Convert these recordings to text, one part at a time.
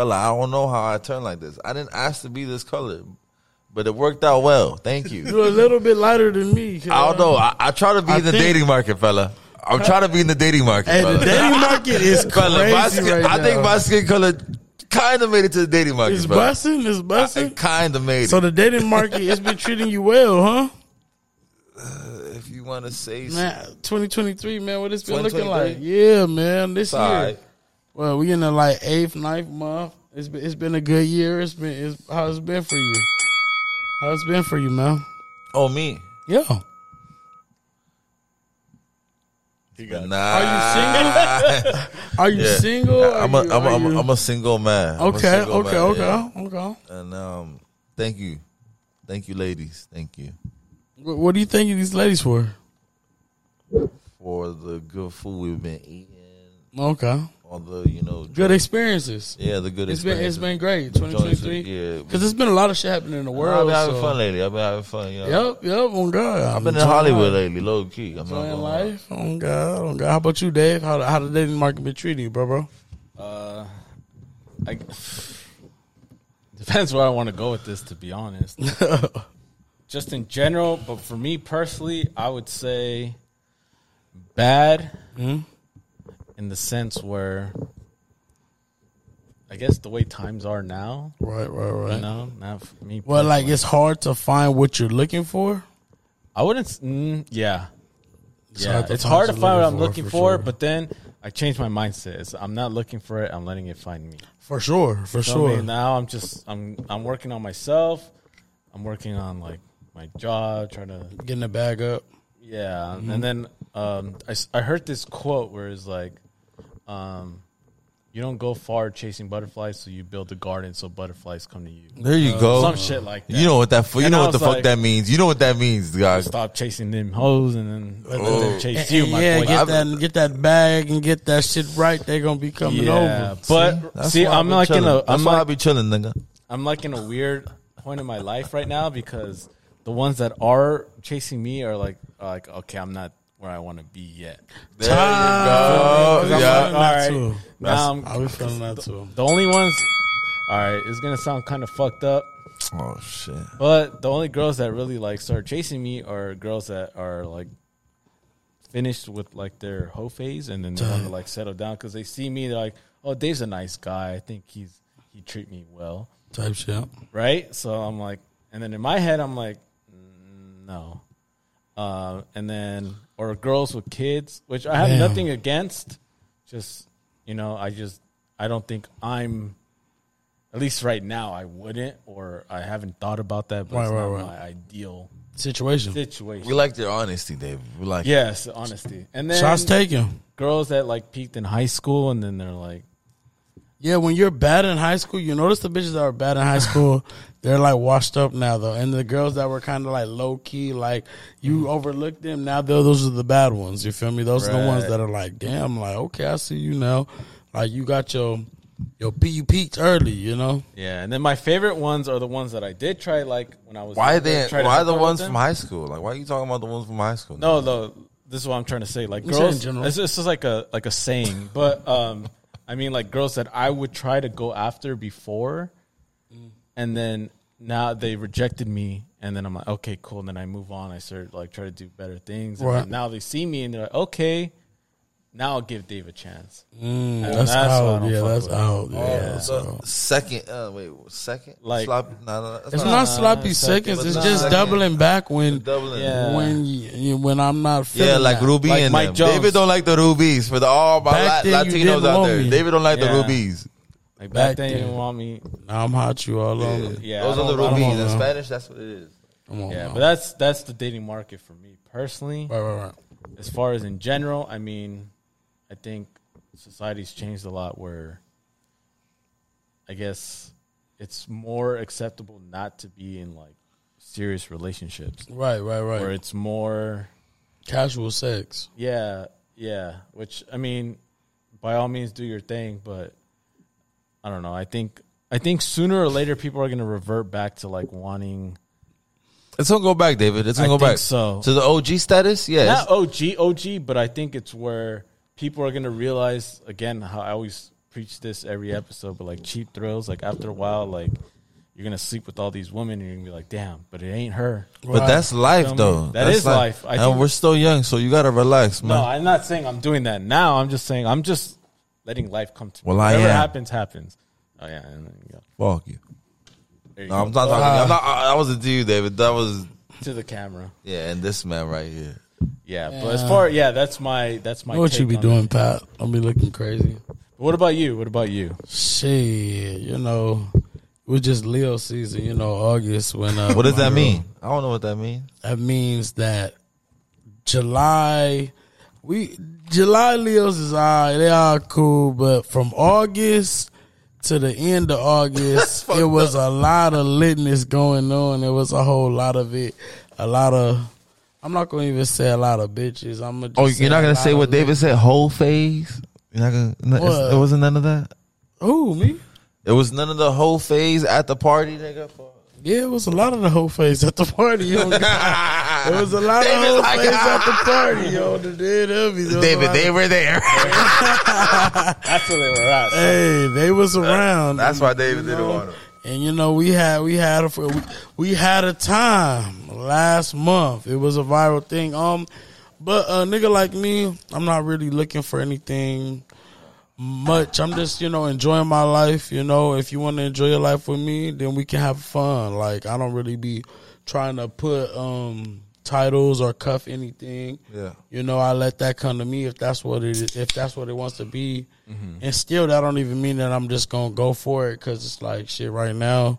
color. I don't know how I turned like this. I didn't ask to be this color, but it worked out well. Thank you. You're a little bit lighter than me. I don't know. I, I try to be I in the think- dating market, fella. I'm trying to be in the dating market. Hey, fella. the dating market is Fella, crazy my skin, right I now. think my skin color kind of made it to the dating market. it's fella. busting. It's busting. It kind of made it. So the dating market has been treating you well, huh? if you want to say something, Nah, 2023, man. What it's been looking like? 2023? Yeah, man. This year. alright. Well, we in the like eighth, ninth month. It's been it's been a good year. It's been it's how it's been for you. How it's been for you, man. oh me. Yeah. Nah, Are you single? are you Yeah. single? Are I'm a, you- I'm, a, are I'm, you- a, I'm a single man. I'm a okay, single okay, man, okay, yeah. okay. And um, thank you, thank you, ladies, thank you What, what do you think of these ladies for? for the good food we've been eating, Okay, all the you know, good experiences. yeah, the good. It's been it's experiences. been great. Joints, 2023. yeah. because there's been a lot of shit happening in the I've world. been having so- fun lately. I've been having fun. You know? Yep, yep. On God, I've been in Hollywood lately, low key. I'm not Enjoying gonna lie. life. On God, on God. How about you, Dave? How how the dating market been treating you, bro, bro? Uh, I, depends where I want to go with this, to be honest. Just in general, but for me personally, I would say bad Hmm? in the sense where I guess the way times are now, Right, right, right. you know, not for me. Well, like personally. it's hard to find what you're looking for. I wouldn't. s- Mm, yeah, yeah. hard to It's find hard to what find you're what I'm looking looking for, for, for sure. but then I changed my mindset. It's, I'm not looking for it. I'm letting it find me. For sure, for So, I mean, now I'm just I'm I'm working on myself. I'm working on like my job, trying to Getting the bag up. yeah. Mm-hmm. And then um, I s- I heard this quote where it's like, um, you don't go far chasing butterflies, so you build a garden so butterflies come to you. There you go. Some shit like that. You know what that? For, you And know I what the was fuck like- that means. You know what that means, guys. Stop chasing them hoes and then let Oh. them chase And- you, and my yeah, boy. get that get that bag and get that shit right. They're gonna be coming yeah, over. but That's see, why I I'm be like in chilling. a That's I'm why I like, be chilling, nigga. I'm like in a weird point in my life right now because the ones that are chasing me are like are like okay, I'm not where I want to be yet. There you go. 'Cause I'm Yeah. feeling that like, all too. right, now I'm I was feeling that too. the only ones. All right, it's gonna sound kind of fucked up, Oh shit. but the only girls that really like start chasing me are girls that are like finished with like their hoe phase and then they want to like settle down because they see me. They're like, oh, Dave's a nice guy. I think he's he treat me well. Type shit. right? So I'm like, and then in my head, I'm like, mm, no. Uh, and then, or girls with kids, which I have Damn. nothing against. Just, you know, I just, I don't think I'm, at least right now, I wouldn't, or I haven't thought about that, but Right, it's right, not right. my ideal Situation. We situation. like your honesty, David. We like. it. Yes, honesty. And then Shots taken. girls that like peaked in high school, and then they're like, Yeah, when you're bad in high school, you notice the bitches that are bad in high school, they're like washed up now though. And the girls that were kind of like low key, like Mm. you overlooked them, now tho- those are the bad ones. You feel me? Those are the ones Right. that are like, damn, like okay, I see you now. Like you got your your P you peaked early, you know? yeah. And then my favorite ones are the ones that I did try, like when I was Why younger, they? try to Why hook the up with ones them. from high school? Like, why are you talking about the ones from high school? No, no. This is what I'm trying to say. Like I'm saying in girls, general. this, this is like a like a saying, but um, I mean like girls that I would try to go after before, and then now they rejected me, and then I'm like, okay, cool. And then I move on. I start like try to do better things. And Right. then now they see me and they're like, okay, now I'll give Dave a chance. Mm, And that's, that's what I out. don't Yeah, fuck that's with. out. Yeah, Oh, that's so out. second. Uh, wait, second. Like- sloppy. No, no, that's It's not sloppy it's seconds. second, It's but just not- doubling back when doubling. Yeah. when you, you- when I'm not feeling Yeah, like that. Ruby Like and Mike them. Jones. David don't like the rubies for the all my Back La- then you didn't Latinos out want there. me. David don't like the Yeah. rubies. Back Like back, then, you then. didn't want me. Now I'm hot you all on me. Yeah, those I are the don't- I don't rubies in know. Spanish. That's what it is. Come on. Yeah, now. but that's that's the dating market for me personally. right, right, right. as far as in general, I mean, I think society's changed a lot where I guess it's more acceptable not to be in like serious relationships Right, right, right. where it's more Casual sex. yeah, yeah, which I mean, by all means do your thing, but I don't know. I think I think sooner or later people are going to revert back to like wanting It's gonna go back, David. It's gonna I go think back. so. to the OG status, yeah. it's- not OG, OG, but I think it's where people are going to realize again how I always preach this every episode, but like cheap thrills, like after a while, like you're gonna sleep with all these women and you're gonna be like, damn, but it ain't her. But that's life, Feel me? though. That that's is life. I and think- we're still young, so you gotta relax, man. No, I'm not saying I'm doing that now. I'm just saying I'm just letting life come to me. Well, I Whatever am. happens, happens. Oh yeah, and then you go. Fuck you. There you No, go. I'm not talking. I'm not, I, I wasn't to you, David. That was to the camera. yeah, and this man right here. Yeah, but as far yeah, that's my that's my. know what you take be on doing, Pat? I'll be looking crazy. it. What about you? What about you? Shit, you know, it was just Leo season. You know, August when. Uh, What does my that girl- mean? I don't know what that means. That means that July, we July Leos is all right. They all cool, but from August to the end of August, it was a lot of litness going on. There was a whole lot of it. A lot of. I'm not gonna even say a lot of bitches. I'm gonna. Oh, just you're not a gonna lot say of what lit- David said? Whole phase. You're not gonna. no, it's- What? There wasn't none of that. Who me? It was none of the whole phase at the party, nigga. Fuck. Yeah, it was a lot of the whole face at the party. Yo. it was a lot of David's whole like, face at the party. Yo, the dead of me. There was a David, lot they were there. That's where they were at. Hey, they was around. That's why David didn't know? want him. And you know, we had we had a we, we had a time last month. It was a viral thing. Um, but a nigga like me, I'm not really looking for anything much. I'm just you know enjoying my life. You know, if you want to enjoy your life with me, then we can have fun. Like I don't really be trying to put um titles or cuff anything. Yeah. You know, I let that come to me if that's what it is, if that's what it wants to be. Mm-hmm. And still, that don't even mean that I'm just gonna go for it because it's like shit right now,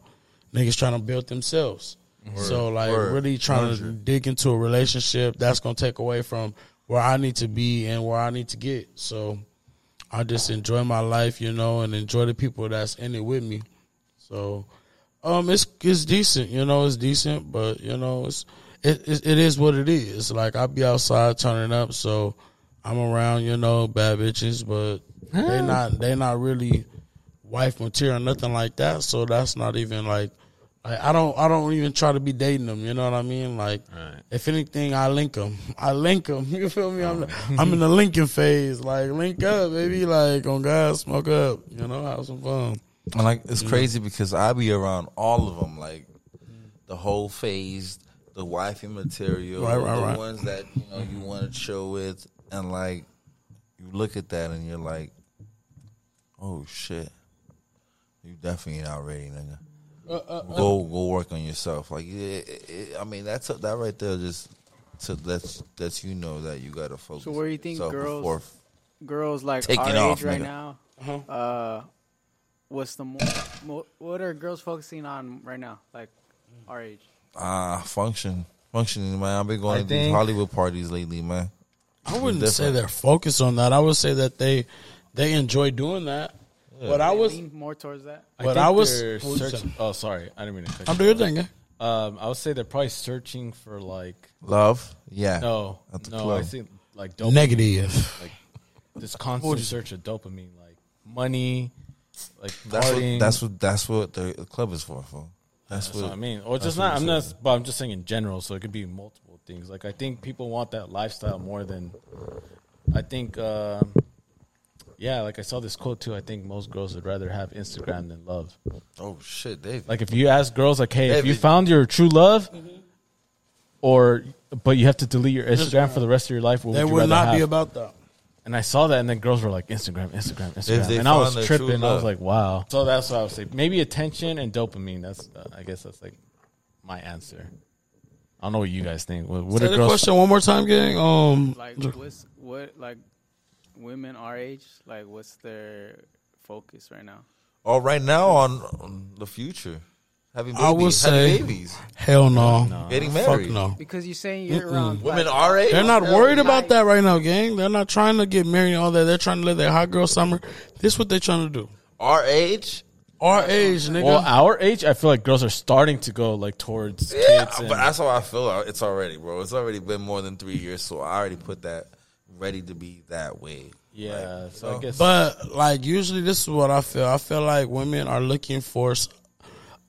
niggas trying to build themselves. so like word, really trying to dig into a relationship that's gonna take away from where I need to be and where I need to get. So I just enjoy my life, you know, and enjoy the people that's in it with me. So, um, it's it's decent, you know, it's decent, but you know, it's it it, it is what it is. Like I be outside turning up, so I'm around, you know, bad bitches, but they not they not really wife material, nothing like that. So that's not even like. Like I don't, I don't even try to be dating them. You know what I mean? Like, Right. if anything, I link them. I link them. You feel me? I'm, I'm in the linking phase. Like, link up, baby. Like, on God, smoke up. You know, have some fun. And like it's crazy because I be around all of them, like the whole phase, the wifey material, Right, right, the right. ones that you know you want to chill with, and like you look at that and you're like, oh shit, you definitely not ready, nigga. Uh, go go work on yourself. Like yeah, it, it, I mean that's that right there just to let let you know that you gotta focus. So where you think yourself girls- before- girls like Taking our off, age right nigga. now. Uh, what's the mo- mo- what are girls focusing on right now? Like our age. Ah, function. Functioning, man. I've been I going to these think- Hollywood parties lately, man. I wouldn't Different. say they're focused on that. I would say that they they enjoy doing that. But I They was, lean more towards that. But think I was- they're Hold on a searching. second. Oh, sorry, I didn't mean to. cut I'm you doing off. thing. eh? Um, I would say they're probably searching for like Love, yeah. no, At the no. club. I think like dopamine, Negative. like this constant search of dopamine, like money, like that's partying. what that's what that's what the the club is for. For that's, That's what, what I mean. Or just not. I'm not. But I'm just saying in general. So it could be multiple things. Like I think people want that lifestyle more than. I think. Um, yeah, like I saw this quote too. I think most girls would rather have Instagram than love. Oh shit, David. Like if you ask girls, like, hey, if you Everything. found your true love, or but you have to delete your Instagram for the rest of your life, what They would you would rather not have? be about that. and I saw that, and then girls were like, Instagram, Instagram, If they Instagram, and I was found their true tripping. I love. was like, wow. So that's what I would say. Maybe attention and dopamine. That's uh, I guess that's like my answer. I don't know what you guys think. What, what Say are the girls? question one more time, gang. Um, Like j- what's what like women our age? Like what's their focus right now? Oh, right now on, on the future, having babies, I would say- having babies, hell no. getting Fuck married. no. Because you're saying you're around Women like, are age. They're not Hell, worried like- about that right now, gang. They're not trying to get married and all that. They're trying to live their hot girl summer. This what they're trying to do. our age. Our age, nigga. Well, our age, I feel like girls are starting to go like towards Yeah, kids. but And, that's how I feel. It's already, bro. It's already been more than three years, so I already put that ready to be that way. yeah, so Oh. I guess. But like usually, this is what I feel. I feel like women are looking for s-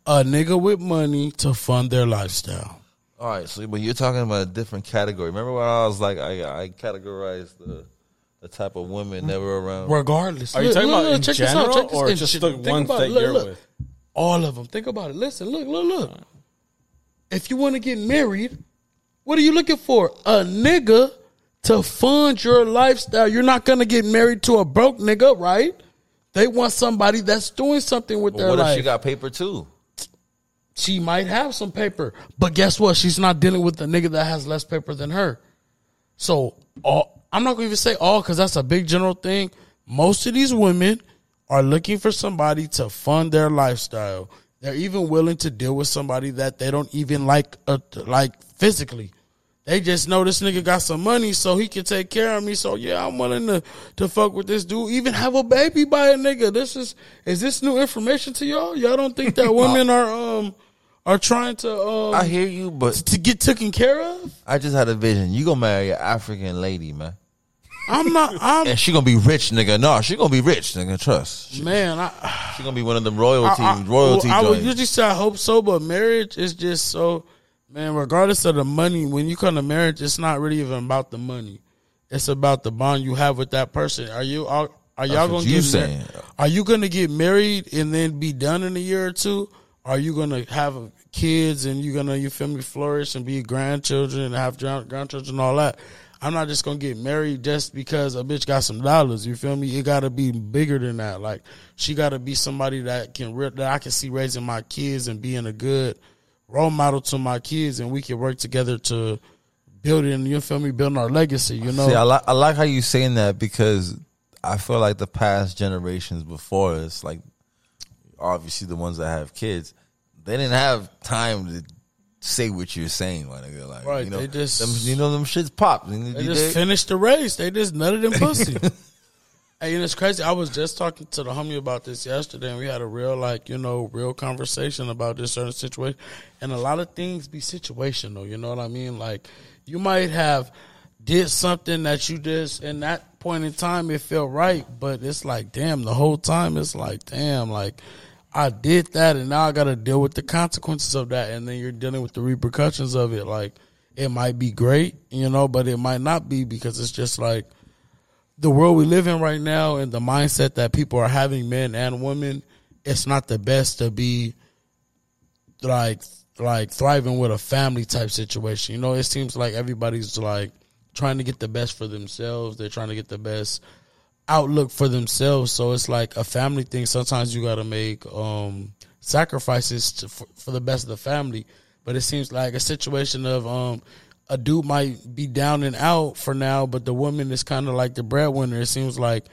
a nigga with money to fund their lifestyle. All right, so but you're talking about a different category. Remember when I was like I I categorized the the type of women that were around. Regardless, Are you Look, talking look, about look, in check this out, general check this- or in just shit. the Think ones about that it, look, you're look. with? All of them. Think about it. Listen, look, look, look. If you want to get married, what are you looking for? A nigga to fund your lifestyle. You're not gonna get married to a broke nigga, right? They want somebody that's doing something with But their what life. if she got paper too? she might have some paper, but guess what? She's not dealing with the nigga that has less paper than her. So all I'm not going to even say all because that's a big general thing. Most of these women are looking for somebody to fund their lifestyle. They're even willing to deal with somebody that they don't even like, uh, like physically. They just know this nigga got some money, so he can take care of me. So yeah, I'm willing to to fuck with this dude. Even have a baby by a nigga. This is is this new information to y'all? Y'all don't think that women are um are trying to um I hear you, but to get taken care of? I just had a vision. You gonna marry an African lady, man, I'm not. I'm and she gonna be rich, nigga. No, she gonna be rich, nigga. Trust. She, man. I she gonna be one of them royalty, I, royalty. well, I would joints. usually say I hope so, but marriage is just so man. Regardless of the money, when you come to marriage, it's not really even about the money. It's about the bond you have with that person. Are you all? Are y'all what gonna you get mar- saying. Are you gonna get married and then be done in a year or two? Are you gonna have kids and you gonna you feel me flourish and be grandchildren and have grand- grandchildren and all that? I'm not just gonna get married just because a bitch got some dollars. You feel me? It gotta be bigger than that. Like she gotta be somebody that can re- that I can see raising my kids and being a good role model to my kids, and we can work together to building. You feel me? Building our legacy. You know. See, I like I like how you saying that because I feel like the past generations before us, like obviously the ones that have kids, they didn't have time to say what you're saying, my nigga. Like Right, you know, they just- them, you know them shits pop. You They dig? just finished the race. They just nutted and pussy. Hey, and it's crazy. I was just talking to the homie about this yesterday, and we had a real, like, you know, real conversation about this certain situation. And a lot of things be situational. You know what I mean? Like, you might have did something that you just in that point in time it felt right, but it's like, damn, the whole time it's like, damn, like. I did that and now I got to deal with the consequences of that. And then you're dealing with the repercussions of it. Like, it might be great, you know, but it might not be because it's just like the world we live in right now and the mindset that people are having, men and women. It's not the best to be like like thriving with a family type situation. You know, it seems like everybody's like trying to get the best for themselves. They're trying to get the best outlook for themselves. So it's like a family thing. Sometimes you got to make um, sacrifices to, for, for the best of the family. But it seems like a situation of um, a dude might be down and out for now, but the woman is kind of like the breadwinner. It seems like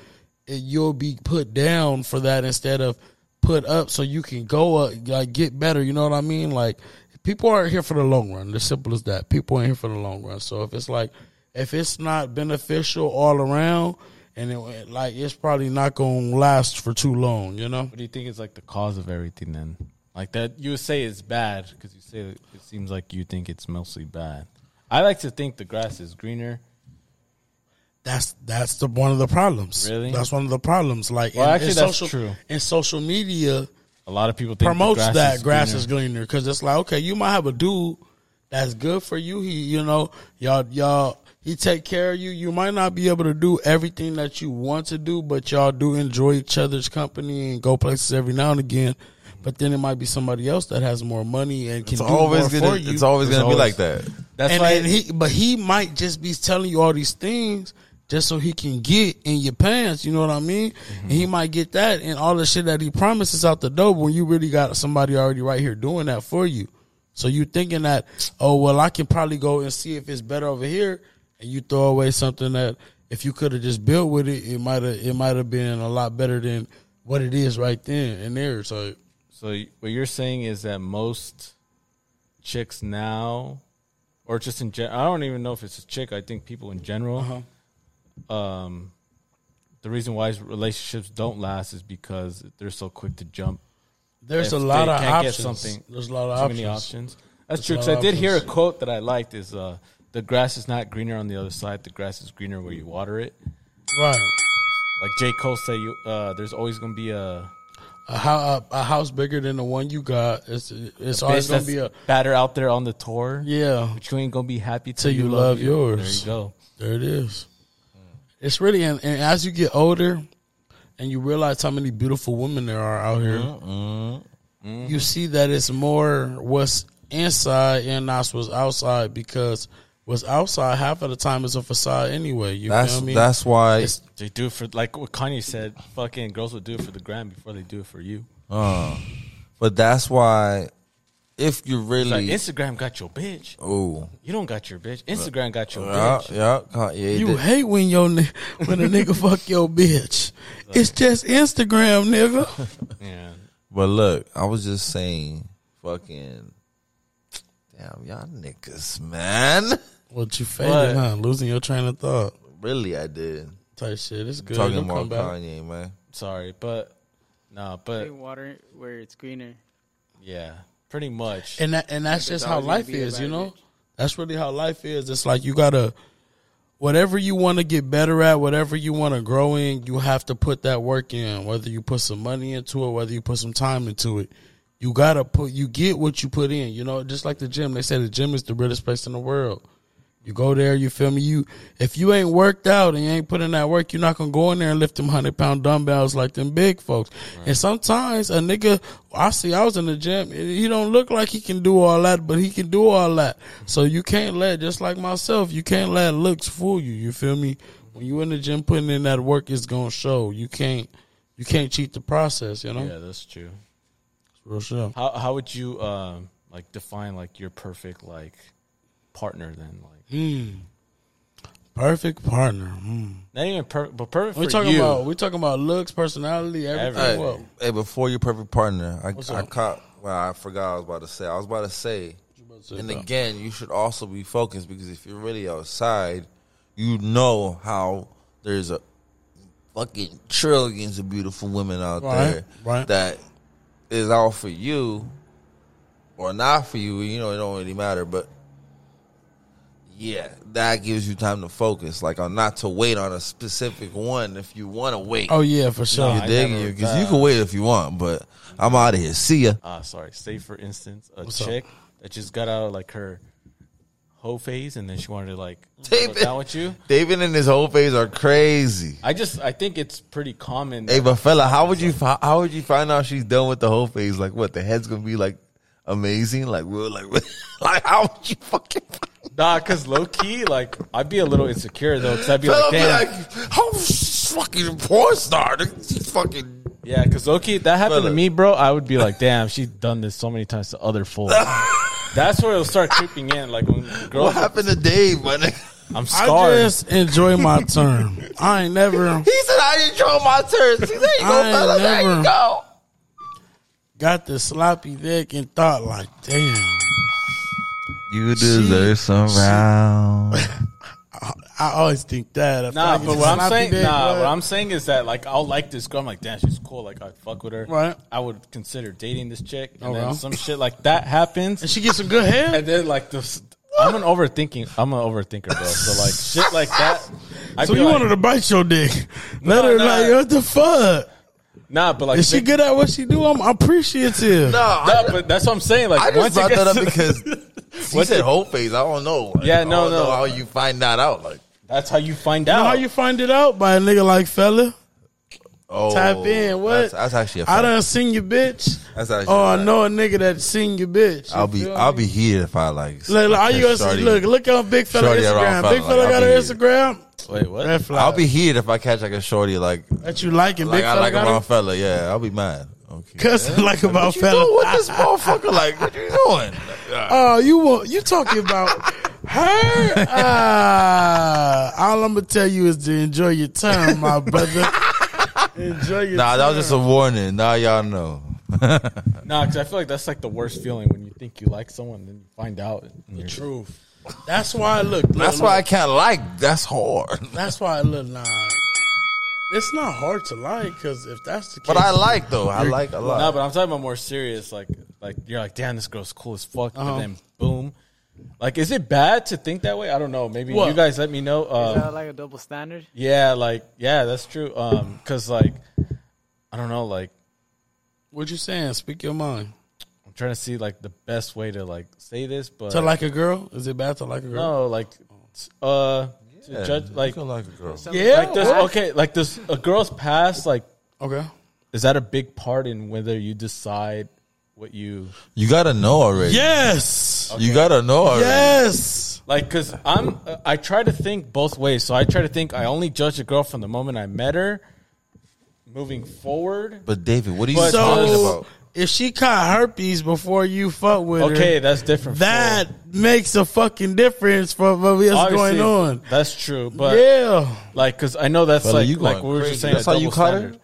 it, you'll be put down for that instead of put up so you can go up, like get better. You know what I mean? Like people aren't here for the long run. The simple as that. People aren't here for the long run. So if it's like if it's not beneficial all around, and it, like it's probably not gonna last for too long. You know? What do you think is like the cause of everything then? Like that you would say it's bad because you say that it seems like you think it's mostly bad. I like to think the grass is greener. That's that's the one of the problems. Really? That's one of the problems. Like Well, actually, that's social, true. In social media, A lot of people think the promotes grass that is grass greener. is greener because it's like okay, you might have a dude that's good for you. He, you know, y'all, y'all, he take care of you. You might not be able to do everything that you want to do, but y'all do enjoy each other's company and go places every now and again. But then it might be somebody else that has more money and can it's do always more gonna for you. it's always It's gonna always- be like that. That's and, why and he, but he might just be telling you all these things just so he can get in your pants. You know what I mean? And Mm-hmm. he might get that and all the shit that he promises out the door when you really got somebody already right here doing that for you. So you thinking that, oh well, I can probably go and see if it's better over here, and you throw away something that if you could have just built with it, it might have it might have been a lot better than what it is right then and there. So So y- what you're saying is that most chicks now, or just in general, I don't even know if it's a chick. I think people in general, Uh-huh. um, the reason why relationships don't last is because they're so quick to jump. there's If a lot they of can't get options. something- there's a lot of Too options. many options. That's There's true. a lot 'cause I of did hear a options. quote that I liked is uh, "The grass is not greener on the other side. The grass is greener where you water it." Right. Like J Cole said, you uh, there's always gonna be a a, ho- a, a house bigger than the one you got. It's it's always bitch gonna that's be a batter out there on the tour. yeah. But you ain't gonna be happy Till you love yours. There you go. Hmm. There it is. It's really and, and as you get older, and you realize how many beautiful women there are out here, Mm-hmm. you see that it's more what's inside and not what's outside because what's outside half of the time is a facade anyway. You That's feel me? that's why. It's- They do it for like what Kanye said. Fucking girls would do it for the gram before they do it for you. uh, But that's why. If you It's like really, Instagram got your bitch. oh, You don't got your bitch. Instagram got your yeah, bitch. yeah, yeah, you that- hate when your ni- when a nigga fuck your bitch. It's just Instagram, nigga. Yeah. But look, I was just saying, fucking, damn, y'all niggas, man. What you faded, huh? Losing your train of thought. Really, I did. Type shit. It's good. Talking It'll about come back. Kanye, man. Sorry, but no, but Drink water where it's greener. yeah, pretty much. and that, and that's just how always gonna life be a is, bad you know. bitch. That's really how life is. It's like you gotta, whatever you want to get better at, whatever you want to grow in, you have to put that work in. Whether you put some money into it, whether you put some time into it, you gotta put. You get what you put in. You know, just like the gym. They say the gym is the realest place in the world. You go there, you feel me. You if you ain't worked out and you ain't put in that work, you're not gonna go in there and lift them hundred pound dumbbells like them big folks. And sometimes a nigga, I see, I was in the gym. He don't look like he can do all that, but he can do all that. So Mm-hmm. you can't let, just like myself, you can't let looks fool you. You feel me? When you in the gym putting in that work, it's gonna show. You can't, you can't cheat the process. You know, yeah, that's true. real shit. How how would you um like define like your perfect like partner then Hmm? like Perfect partner. Hmm. not even perfect but perfect We for talking you. about we talking about looks, personality, everything. Hey, Everything. Well, hey, before your perfect partner, I, I up? caught. Well, I forgot what I was about to say. I was about to say, about to say, and bro? again, you should also be focused because if you're really outside, you know how there's a fucking trillions of beautiful women out Right, there right. that is out for you or not for you. You know, it don't really matter, but. Yeah, that gives you time to focus, like on not to wait on a specific one if you want to wait. Oh yeah, for sure. You I dig never- you because you can wait if you want, but I'm out of here. See ya. uh sorry, say for instance a up? chick that just got out of like her hoe phase and then she wanted to like David. settle down with you. David and his whole phase are crazy. I just I think it's pretty common. Hey, but fella, how would you fi- how would you find out she's done with the whole phase? Like, what the head's gonna be like amazing? Like, we're like, like how would you fucking? Nah, cause low key, like I'd be a little insecure though, cause I'd be Fella like, be damn, like, how fucking porn star? She's fucking. yeah, cause low key that happened Brother. to me, bro. I would be like, damn, she's done this so many times to other fools. That's where it'll start creeping in, like when What girls, happened to Dave, my nigga? I'm I scarred. just enjoy my term. I ain't never He said, "I didn't draw my turns." He said, "There you go, I ain't fella. There never- you go." got the sloppy dick and thought like, damn, You deserve some round. I always think that. If I Nah, get but the what I'm sloppy saying, dick, nah, what- what I'm saying is that like I'll like this girl. I'm like, damn, she's cool. Like I'd fuck with her. Right. I would consider dating this chick, and Oh, then well. some shit like that happens, and she gets some good hair. and then like this. I'm an overthinking. I'm an overthinker, bro. So like shit like that. I'd So be you like, wanted to bite your dick? Let No, her nah. like what the fuck? nah, but like Is she big- good at what she do? I'm appreciative. No, I Nah, but that's what I'm saying. Like I just once it brought that up gets to- because you said whole phase. I don't know. Like, Yeah, I no, don't know no. how you find that out? Like, that's how you find You out. know how you find it out by a nigga like fella? oh, Type in what? That's, that's actually a I fact. done seen your bitch. That's actually. Oh, a I fact. know a nigga that seen your bitch. You I'll be feel I'll me? be heated if I like. Look, look, all you gonna see, Shorty- look, look on Big Fella Shorty around Instagram. fella, Big Fella like, I'll got be her here. Instagram. Wait, what? Red flag. I'll be heated if I catch like a shorty like that you liking. like Big I Fella like a got wrong her. fella. Yeah, I'll be mad. Okay. Cussing like What about you doing fella. with this motherfucker? Like, what you doing? Like, uh, Oh, you want you talking about her? Uh, all I'm gonna tell you is to enjoy your time, my brother. enjoy your Nah, time. that was just a warning. Now y'all know. Nah, because I feel like that's like the worst feeling when you think you like someone, then you find out the truth. That's why I look. look, That's look. why I can't like. That's hard. That's why I look. Nah, it's not hard to lie because if that's the case, But I like though. I like a Nah, lot. but I'm talking about more serious. Like, like you're like, damn, this girl's cool as fuck, Uh-huh. and then boom. Like, is it bad to think that way? I don't know. Maybe What? you guys let me know. Um, Is that like a double standard? Yeah, like, yeah, that's true. Um, cause like, I don't know. Like, what you saying? Speak your mind. I'm trying to see like the best way to like say this, but To like a girl? Is it bad to like a girl? no, like, uh, to judge like feel like a girl. Yeah. like this okay like this a girl's past like Okay. is that a big part in whether you decide what you You gotta know already. Yes. You gotta know already. Yes. like because i'm i try to think both ways so i try to think i only judge a girl from the moment i met her moving forward But David, what are you But- talking So about? if she caught herpes before you fuck with her, okay that's different that makes a fucking difference for what what's Obviously, going on. that's true but yeah. like because i know that's Fella, like you going like we were crazy. just saying That's a how you double caught her? standard.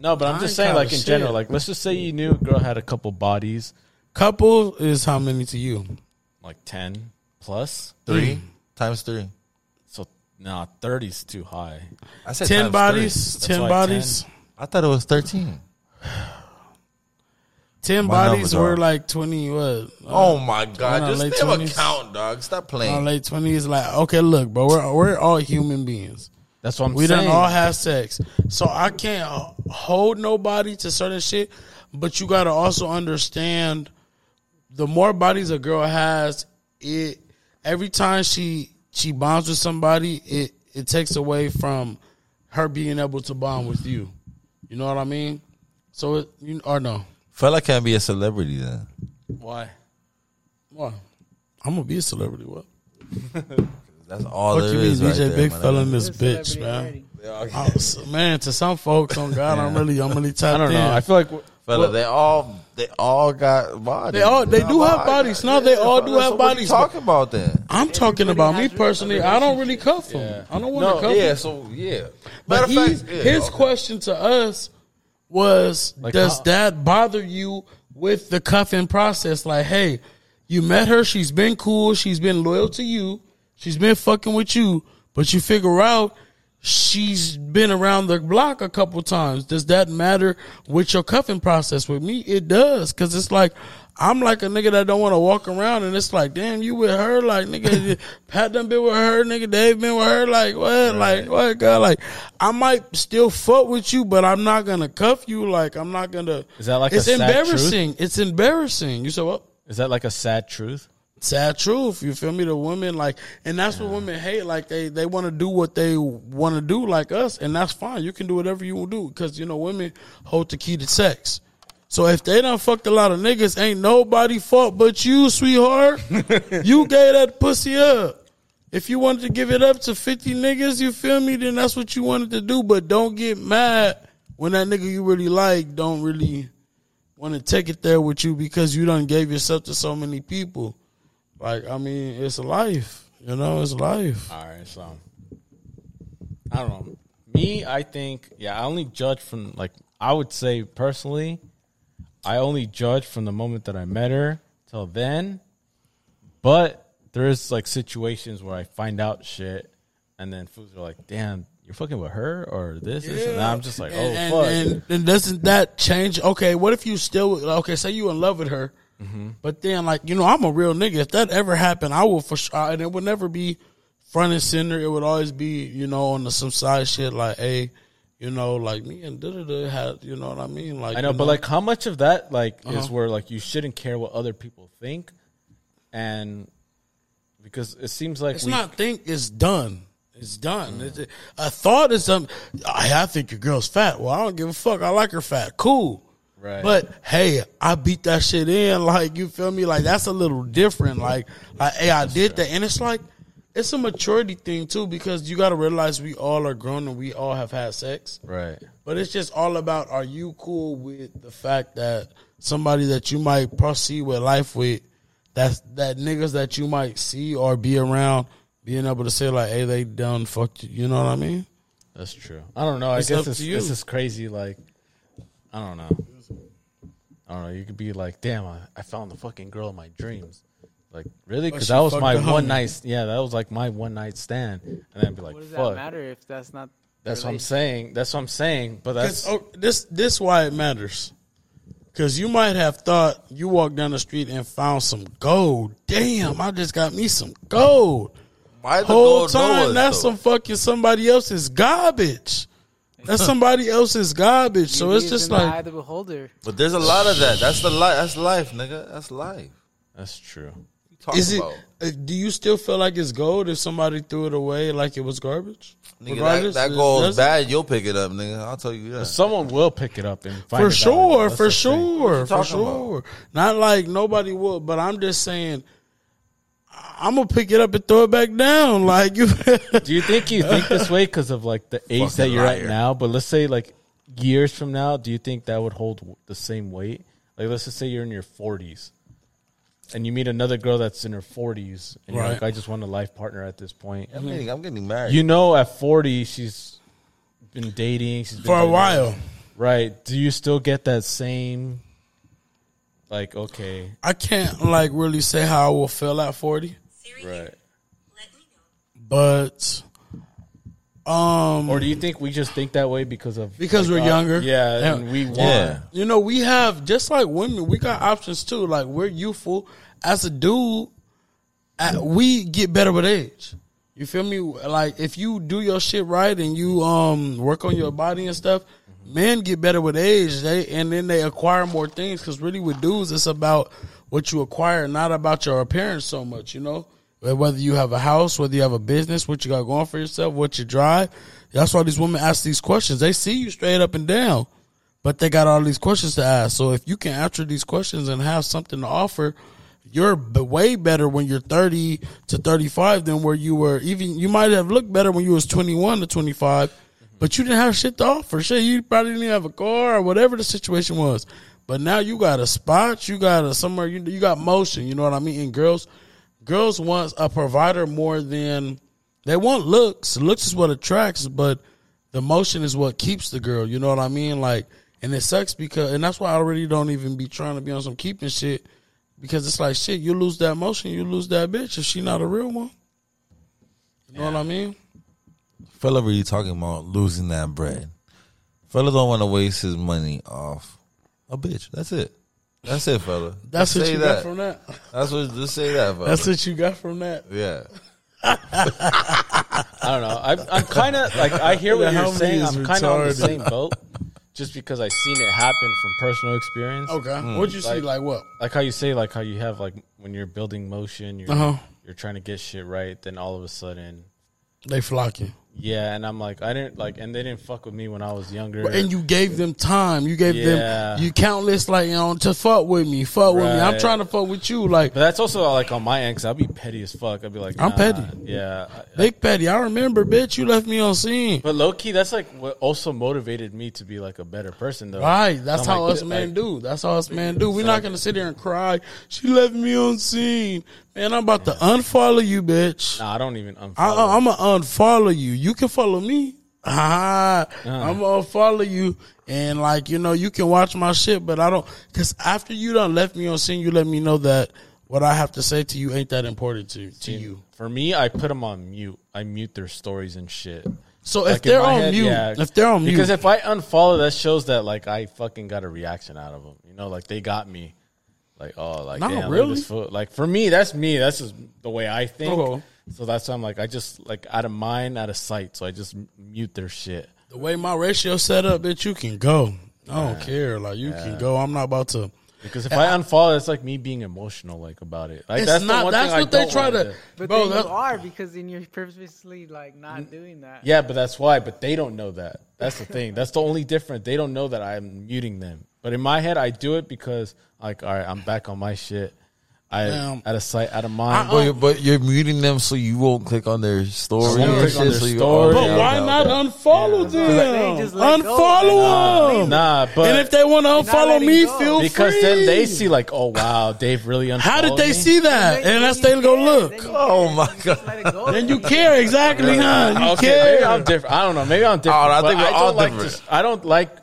no but i'm I just ain't saying caught like her in general shit. like let's just say you knew a girl had a couple bodies Couple is how many to you? like 10 plus Three times three. so nah 30's too high I said Ten times bodies. Uh, three. Ten like bodies. 10. I thought it was thirteen. Ten My bodies numbers were are- like twenty. What? Oh my Why not god! late Just have a 20s? count, dog. Stop Our playing. late twenties. Uh, Like okay, look, bro, we're we're all human beings. that's what i'm We saying don't all have sex, so I can't h- hold nobody to certain shit. But you gotta also understand, the more bodies a girl has, it every time she she bonds with somebody, it it takes away from her being able to bond with you. You know what I mean? So it, you or no? Fella can't be a celebrity then. why What? I'm gonna be a celebrity. What? That's all Fuck there you, mean, is right DJ there, Big my Fella, nigga. and this bitch, man. I was- man, to some folks, on God, I'm really, I'm really i tapped don't know in. i feel like w- Fella, they all they all got bodies. They all- they do all have got- bodies. No, they all do fella, have so what you bodies, but- Talk about that. I'm talking about me has a personally. I don't really cuff him. I don't want to cuff him. So yeah. But Matter of he's- fact, yeah, his okay. question to us was, does how- that bother you with the cuffing process? Like, hey, you met her. She's been cool. She's been loyal to you. She's been fucking with you. But you figure out she's been around the block a couple times. Does that matter with your cuffing process? With me, it does. Cause it's like, I'm like a nigga that don't want to walk around and it's like, damn, you with her? Like, nigga, Pat done been with her, nigga, Dave been with her. Like, what? Like, what, God? Like, I might still fuck with you, but I'm not gonna cuff you. Like, I'm not gonna. Is that like it's a sad truth? embarrassing? It's embarrassing. You said what? is that like a sad truth sad truth. You feel me? The women like, and that's what women hate. Like they they want to do what they want to do, like us, and that's fine. You can do whatever you want to do because you know women hold the key to sex. So if they done fucked a lot of niggas, ain't nobody fault but you, sweetheart. you gave that pussy up. If you wanted to give it up to fifty niggas, you feel me? Then that's what you wanted to do. But don't get mad when that nigga you really like don't really want to take it there with you because you done gave yourself to so many people. Like, I mean, it's life. You know, it's life. all right so i don't know me i think yeah i only judge from like i would say personally i only judge from the moment that i met her till then but there's like situations where i find out shit and then fools are like damn you're fucking with her or this, this and that. i'm just like oh and, fuck And, and, and doesn't that change? Okay, what if you still okay? Say you in love with her, Mm-hmm. but then like you know, I'm a real nigga. If that ever happened, I will for sure, and it would never be front and center. It would always be you know on the some side shit like hey, you know like me and da da da had you know what I mean like I know, you but like, how much of that like Uh-huh. is where like you shouldn't care what other people think, and because it seems like It's we, Mm. not think. It's done. It's done. It's- a thought is something. I, I think your girl's fat. Well, I don't give a fuck. I like her fat. Cool. Right. But hey, I beat that shit in. Like you feel me? Like that's a little different. Like, like hey, I did that, and it's like it's a maturity thing too because you got to realize we all are grown and we all have had sex. right. But it's just all about are you cool with the fact that somebody that you might proceed with life with, that's that niggas that you might see or be around, being able to say like, hey, they done fucked you. You know what I mean? That's true. I don't know. I It's guess up this, to you. this is crazy. Like, I don't know. I don't know. You could be like, damn, I, I found the fucking girl of my dreams. Like, really? Because she that was fucked my the one homie. night. Yeah, that was like my one night stand. And then I'd be like, What does that fuck. matter if that's not? That's what I'm related? saying. That's what I'm saying. But that's That's oh, this this why it matters. Cause you might have thought you walked down the street and found some gold. Damn, I just got me some gold. Why the whole gold Noahs, time that's though? some fucking somebody else's garbage. That's somebody else's garbage. So Beauty it's is just in the eye like of the beholder. But there's a lot of that. That's the life. That's life, nigga. That's life. that's true. You talking Is it? about? uh, Do you still feel like it's gold if somebody threw it away like it was garbage? Nigga, Regardless, that, that it goal is doesn't- bad. You'll pick it up, nigga. I'll tell you that. Someone will pick it up and find for it sure, out. That's for the thing. sure, for talking about? sure. Not like nobody would, but I'm just saying, I'm gonna pick it up and throw it back down. Like you, Do you think you think this way because of like the age that Fucking you're at liar. now? But let's say like years from now, do you think that would hold w- the same weight? Like let's just say you're in your 40s and you meet another girl that's in her 40s and you're Right. like, I just want a life partner at this point. I'm getting, I'm getting married. You know, at 40, she's been dating she's been for a dating- while. right? Do you still get that same? Like okay, I can't like really say how I will feel at 40, Siri here. right? Let me know. but um, Or do you think we just think that way because of because like, we're uh, younger, Yeah, and we want. yeah. You know, we have just like women, we got options too. Like we're youthful as a dude, uh we get better with age. You feel me? Like if you do your shit right and you um work on your body and stuff, men get better with age. They and then they acquire more things because really with dudes, it's about what you acquire, not about your appearance so much. You know, whether you have a house, whether you have a business, what you got going for yourself, what you drive. That's why these women ask these questions. They see you straight up and down but they got all these questions to ask. So if you can answer these questions and have something to offer, you're b- way better when you're 30 to 35 than where you were. Even you might have looked better when you was 21 to 25, but you didn't have shit to offer. Shit, you probably didn't have a car or whatever the situation was. But now you got a spot, you got a somewhere, you you got motion. You know what I mean? And girls, girls want a provider more than they want looks. Looks is what attracts, but the motion is what keeps the girl. You know what I mean? Like, and it sucks because, and that's why I already don't even be trying to be on some keeping shit because it's like shit. You lose that motion, you lose that bitch if she not a real one. You know what I mean? Fella really talking about losing that bread. Fella don't want to waste his money off a bitch. That's it. That's it, fella. That's Just what say you got that. from that. That's what. Just say that, fella. That's what you got from that. Yeah. I don't know. I'm, I'm kind of like I hear what The you're homie saying. is I'm kind of on the retarded. same boat, just because I've seen it happen from personal experience. Okay, what'd you see? Hmm. Like- Like what? Like how you say, like how you have like when you're building motion, you're Uh-huh. you're trying to get shit right. Then all of a sudden, They flocking. yeah. And I'm like, I didn't like, and they didn't fuck with me when I was younger. And you gave them time. You gave Yeah. them you countless like you know to fuck with me, fuck with me. I'm Right. trying to fuck with you. Like but that's also like on my end, 'cause I'll be petty as fuck. I'll be like, I'm nah, petty. Yeah. I- Big Petty, I remember, bitch. You left me on scene. But low key, that's like what also motivated me to be like a better person, though. Right, that's I'm how like, us like, men do. That's how us men do. We're not gonna sit here and cry. She left me on scene, man. I'm about to unfollow you, bitch. Nah, I don't even. Unfollow. I, I, I'm gonna unfollow you. You can follow me. Ah, I'm gonna unfollow you, and like you know, you can watch my shit, but I don't. Cause after you done left me on scene, you let me know that what I have to say to you ain't that important to to you. For me, I put them on mute. I mute their stories and shit. So if Like, in they're my on head, mute, yeah. if they're on mute, because if I unfollow, that shows that like I fucking got a reaction out of them. You know, like they got me. Like oh, like No, damn, look at really? this fool. Like for me, that's me. That's just the way I think. Okay. So that's why I'm like I just like out of mind, out of sight. So I just m- mute their shit. The way my ratio set up, bitch, you can go. I don't care. Like you can go. I'm not about to. Because if I unfollow, it's like me being emotional like about it. Like It's that's not. The one that's thing I what they don't try wanna to. do. But bro, then that's, you are because then you're purposely like not doing that. Yeah, but that's why. But they don't know that. That's the thing. That's the only difference. They don't know that I'm muting them. But in my head, I do it because, like, all right, I'm back on my shit. I Damn. out of sight, out of mind. I- But, you're- but you're muting them so you won't click on their story. won't and click on shit, their so you- story. Oh, but yeah, why okay, not okay. unfollow They them? just let go. Unfollow them. nah, but and if they want to unfollow letting me, go. feel because free. then they see like, oh wow, Dave really unfollowed. How did me? they see that? Then And that's you they go care. look. Then you Oh care. my Then you just let it go. Then you care exactly, huh? You okay, maybe I'm care. different. I don't know. Maybe I'm different. Oh, I but think we're don't all like to- different. I don't like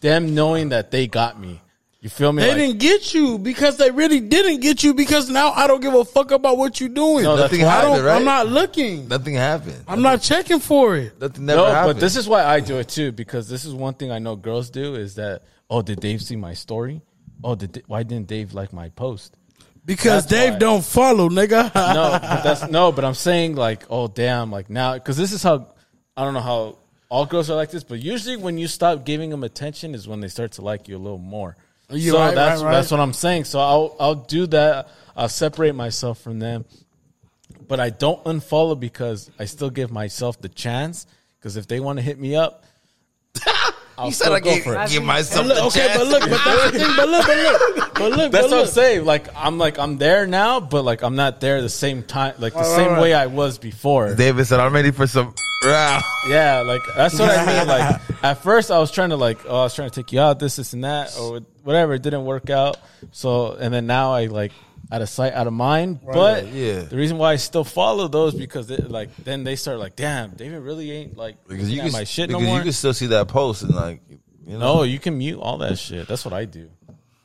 them knowing that they got me. You feel me? They Like, didn't get you because they really didn't get you because now I don't give a fuck about what you're doing. No, that's Nothing why I happened, don't. right? I'm not looking. Nothing happened. I'm not checking for it. Nothing never no, happened. but this is why I do it too because this is one thing I know girls do is that oh did Dave see my story? Oh did Da- why didn't Dave like my post? Because That's Dave why. don't follow, nigga. No, but that's no, but I'm saying like oh damn like now because this is how I don't know how all girls are like this, but usually when you stop giving them attention is when they start to like you a little more. You so right, that's right, right. that's what I'm saying. So I'll I'll do that. I'll separate myself from them. But I don't unfollow because I still give myself the chance. Because if they want to hit me up, I'll You still said I go gave, for it. give myself Look, the okay, chance. but look, but that's the thing. But look, but look, but look. That's but what I'm look. saying. Like I'm like I'm there now, but like I'm not there the same time, like the same way I was before. David said, "I'm ready for some." Wow. yeah, like that's what I mean. Like at first I was trying to like oh I was trying to take you out this this and that or whatever. It didn't work out. So and then now I like out of sight out of mind. But yeah. the reason why I still follow those because it, like then they start like damn David really ain't like Because you looking at can, my shit no because more. you can still see that post and like, you know, No, you can mute all that shit. That's what I do.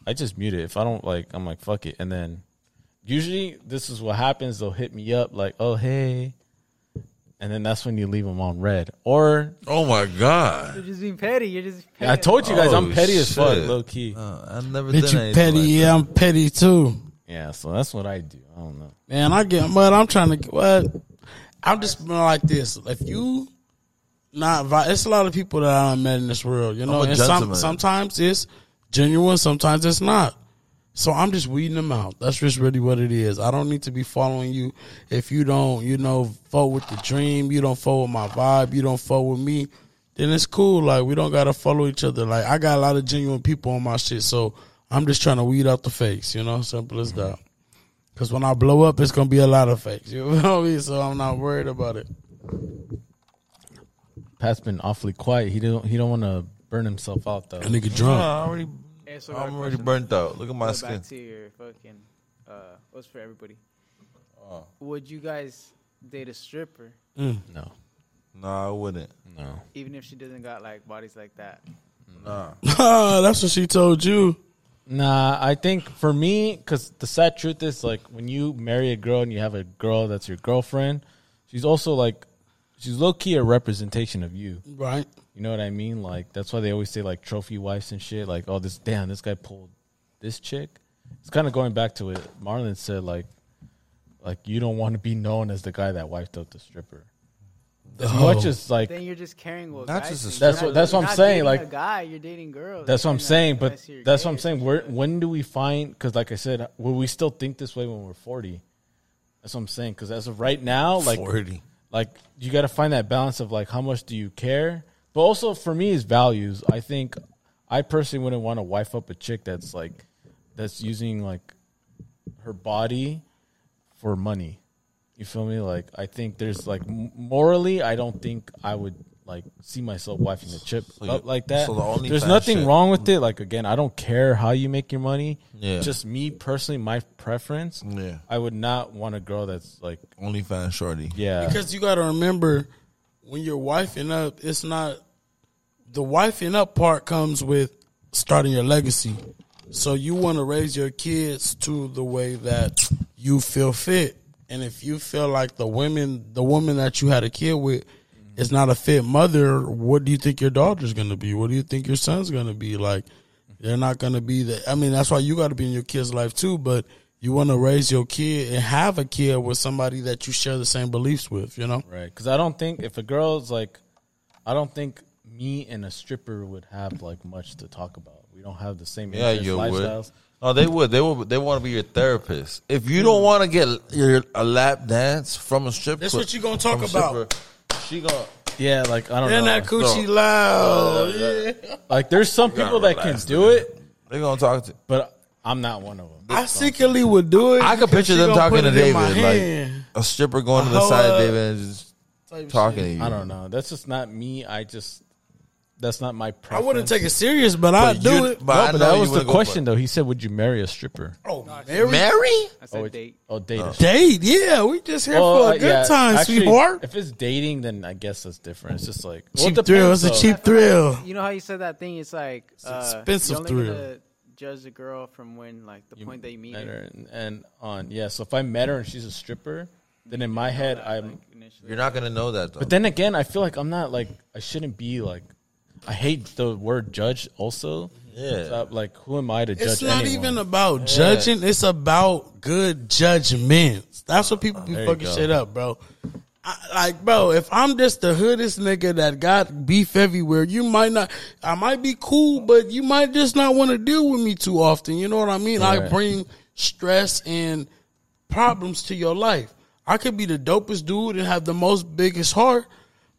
I just mute it. If I don't like, I'm like, fuck it. And then usually this is what happens. They'll hit me up like, oh, hey. And then that's when you leave them on red. Or oh my god, You're just being petty. You're just. Petty. I told you guys I'm Oh, petty as fuck, shit. low key. Uh, I've never Bitch, done you anything petty. like yeah, I'm petty too. Yeah, so that's what I do. I don't know. Man, I get mud. I'm trying to get what? I'm just been like this. If you not, vi- it's a lot of people that I met in this world, you know. a And some, gentleman. sometimes it's genuine, sometimes it's not. So I'm just weeding them out. That's just really what it is. I don't need to be following you if you don't, you know, vote with the dream. You don't follow with my vibe. You don't follow with me. Then it's cool. Like we don't gotta follow each other. Like I got a lot of genuine people on my shit, so I'm just trying to weed out the fakes. You know, simple as that. Cause when I blow up, it's gonna be a lot of fakes. You know me, so I'm not worried about it. Pat's been awfully quiet. He don't he don't want to burn himself out though. That nigga that. drunk. Nah, I already, Okay, so I got a I'm already question. burnt out. Look at my Go skin. back to your fucking. Uh, what's for everybody? Oh. Would you guys date a stripper No, Nah, I wouldn't. no. even if she doesn't got like bodies like that? Nah, That's what she told you. Nah, I think for me, because the sad truth is, like, when you marry a girl and you have a girl that's your girlfriend, she's also like, she's low key a representation of you. Right. You know what I mean? Like, that's why they always say, like, trophy wives and shit. Like, oh, this, damn, this guy pulled this chick. It's kind of going back to it. Marlon said, like, like you don't want to be known as the guy that wiped out the stripper. As much as, like, Then you're just carrying what Not guys just a think. stripper. You're That's what- not- that's what you're I'm not saying, dating like- a guy, you're dating girls. That's what I'm You're not- saying, but unless you're that's what gay I'm or saying. some Where, shit. when do we find? Because, like I said, will we still think this way when we're forty? That's what I'm saying. Because as of right now, like, forty. like you got to find that balance of like how much do you care, but also for me is values. I think I personally wouldn't want to wife up a chick that's like that's using like her body for money. You feel me? Like I think there's like m- morally, I don't think I would like see myself wifing a chip you- up like that. so the only there's fan nothing shit. wrong with it. Like again, I don't care how you make your money. Yeah. Just me personally, my preference. Yeah. I would not want a girl that's like Only fan shorty. yeah. Because you got to remember, when you're wifing up, it's not the wifing up part comes with starting your legacy. So you want to raise your kids to the way that you feel fit, and if you feel like the women, the woman that you had a kid with, is not a fit mother, what do you think your daughter's gonna be? What do you think your son's gonna be like? They're not gonna be that. I mean, that's why you got to be in your kid's life too. But you want to raise your kid and have a kid with somebody that you share the same beliefs with. You know, Right, because I don't think if a girl's like, I don't think me and a stripper would have like much to talk about. We don't have the same Yeah, interests, you would. lifestyles. No, they would. They would. They want to be your therapist. If you don't want to get your a lap dance from a stripper, That's what you gonna talk from a about. stripper, She gonna. Yeah, like I don't and know. that coochie No. loud. like there's some people that can relax, do it, They gonna talk to. but I'm not one of them. I secretly would do it. I could because picture she them gonna talking put to it in David, my like hand a stripper going to the How, side uh, of David and just type talking shit. to you. I don't know. That's just not me. I just that's not my I preference. wouldn't take it serious, but I'd you- do it. but- No, I but know that you was the wouldn't go question though. He said, "Would you marry a stripper?" Oh, Mary. Mary. I said Oh, it- date. oh date. a Date, yeah, we just here Well, for uh, a good yeah, time, actually, sweetheart. If it's dating, then I guess that's different. It's just like well, it Cheap depends, thrill, it's a though. cheap thrill. You know how you said that thing? It's like uh, expensive you only thrill. gonna Judge the girl from when, like the point they meet. met her. her and, and on. Yeah, so if I met her and she's a stripper, then in my head I'm. Initially, You're not gonna know that though. But then again, I feel like I'm not like I shouldn't be like. I hate the word judge. Also, Yeah. So, like who am I to judge? It's not anyone? even about judging. It's about good judgments. That's what people be There you fucking go. shit up, bro. I, like, bro, if I'm just the hoodest nigga that got beef everywhere, you might not. I might be cool, but you might just not want to deal with me too often. You know what I mean? I Right. bring stress and problems to your life. I could be the dopest dude and have the most biggest heart,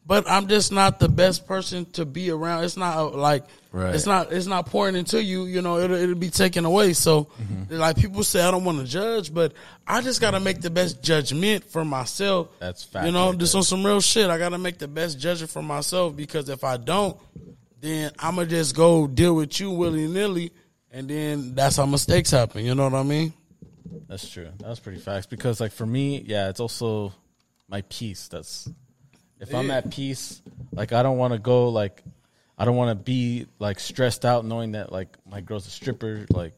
but I'm just not the best person to be around. It's not uh, like Right. it's not it's not pouring into you. You know, it'll, it'll be taken away. So, like people say, I don't want to judge, but I just got to make the best judgment for myself. That's You know, fact. just on some real shit. I got to make the best judgment for myself because if I don't, then I'm gonna just go deal with you willy nilly, and then that's how mistakes happen. You know what I mean? That's true. That's pretty facts. Because like for me, yeah, it's also my peace. That's if I'm at peace, like I don't want to go like I don't want to be like stressed out knowing that like my girl's a stripper. Like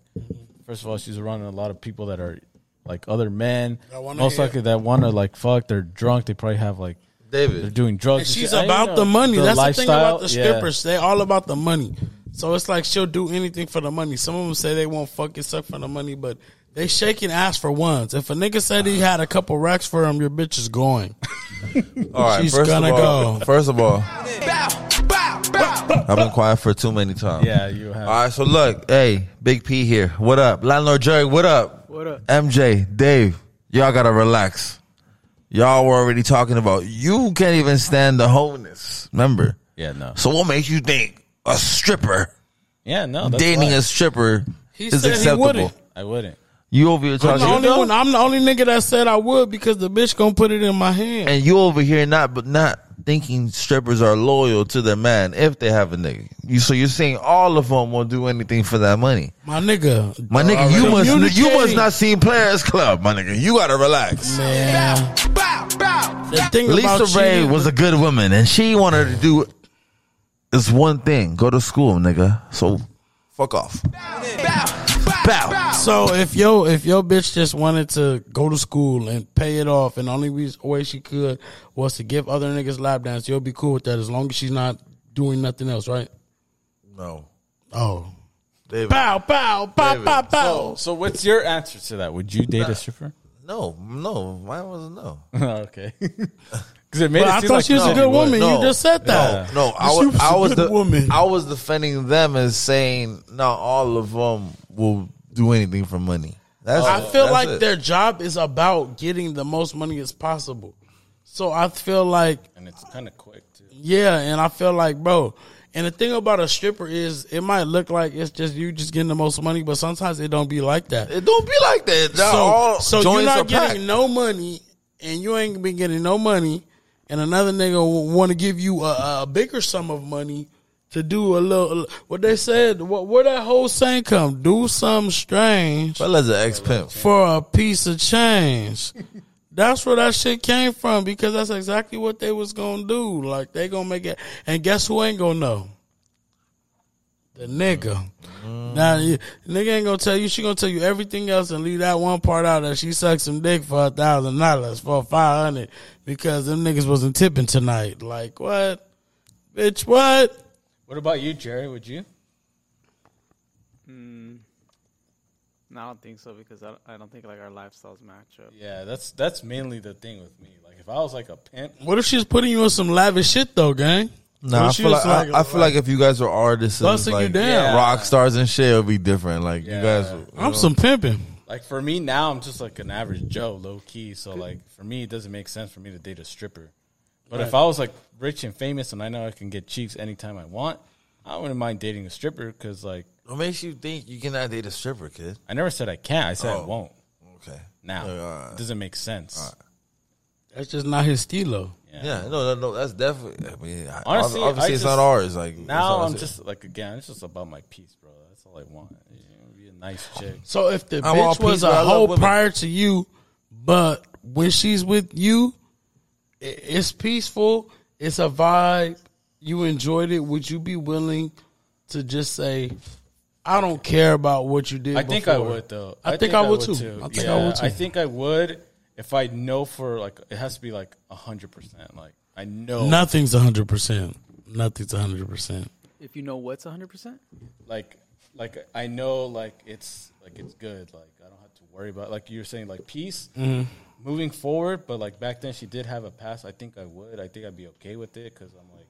first of all, she's around a lot of people that are like other men. That wanna Most hit. likely that want to like fuck. They're drunk. They probably have like they're David, doing drugs. And and she's shit. I about know. the money. That's the thing about the lifestyle, yeah. strippers. They all about the money. So it's like she'll do anything for the money. Some of them say they won't fucking suck for the money, but they shaking ass for ones. If a nigga said he had a couple racks for him, your bitch is going. all right. she's first gonna of all, go. first of all, I've been quiet for too many times. Yeah, you have. All right, so look, hey, Big P here. What up, landlord Jerry? What up? What up? MJ, Dave, y'all gotta relax. Y'all were already talking about you can't even stand the wholeness. Remember? Yeah, no. So what makes you think a stripper Yeah, no. That's dating why. a stripper He is said he acceptable? wouldn't. I wouldn't. You over here I'm the, talking, only one, I'm the only nigga that said I would because the bitch gonna put it in my hand. and you over here not, but not thinking strippers are loyal to their man if they have a nigga. You so you're saying all of them will do anything for that money. My nigga. My nigga, you must you must Communicating. not see Players Club, my nigga. You gotta relax. Man. The thing about Lisa Ray cheating- was a good woman, and she wanted to do this one thing: go to school, nigga. So fuck off. Bow. So if yo if your bitch just wanted to go to school and pay it off, and the only reason, way she could was to give other niggas lap dance, you'll be cool with that as long as she's not doing nothing else, right? No, Oh, David. pow pow pow David. pow pow. So what's your answer to that? Would you date a stripper? No, no. Mine was no. Oh, okay. Because it made But it I seem thought like she was no, a good you wouldn't. woman. No. You just said that. No, I was, She was a I was good the woman. I was defending them as saying not all of them will do anything for money. That's I Oh, feel that's like it. their job is about getting the most money as possible. So I feel like And it's kind of quick too. Yeah, and I feel like, bro. And the thing about a stripper is, it might look like it's just you just getting the most money, but sometimes it don't be like that. It don't be like that. They're So, all so you're joints are not getting packed. no money, and you ain't been getting no money, and another nigga want to give you a, a bigger sum of money to do a little. What they said, what where that whole saying come? Do something strange Fella's an ex pimp. for a piece of change. That's where that shit came from because that's exactly what they was gonna do. Like they gonna make it, and guess who ain't gonna know? The nigga. Mm-hmm. Now you- nigga ain't gonna tell you. She gonna tell you everything else and leave that one part out that she sucked some dick for a thousand dollars for five hundred because them niggas wasn't tipping tonight. Like what, bitch? What? What about you, Jerry? Would you? No, I don't think so because I, I don't think like our lifestyles match up. Yeah, that's that's mainly the thing with me. Like if I was like a pimp, What if she's putting you in some lavish shit though, gang? No, What I if she feel was like, I, I feel like if you guys are artists and Busting you like down. rock stars and shit, it'll be different. Like you Yeah. guys, I'm some pimping. like for me now, I'm just like an average Joe, low key. So like for me, it doesn't make sense for me to date a stripper. But if I was like rich and famous and I know I can get cheeks anytime I want, I wouldn't mind dating a stripper because like what makes you think you cannot date a stripper, kid? I never said I can't. I said Oh. I won't. Okay, Now Uh, it doesn't make sense. That's just not his stilo. yeah, no, no, no, that's definitely. I mean, I- Honestly, obviously, I it's just- not ours. Like that's Now all I I'm said. just like again, it's just about my peace, bro. That's all I want. You know, be a nice chick. So if the I'm all bitch was peace, but I a love hoe women. prior to you, but when she's with you, i- it's peaceful. It's a vibe. You enjoyed it. Would you be willing to just say, "I don't care about what you did"? I think I before"? would though. I, think, I would too. I think I Yeah, would too. I think I would if I know for like it has to be like hundred percent. Like I know, Nothing's hundred percent. Nothing's hundred percent. If you know what's 100%? like like I know like it's like it's good. Like I don't have to worry about like you're saying like peace Mm-hmm. moving forward. But like back then she did have a past. I think I would. I think I'd be okay with it because I'm like.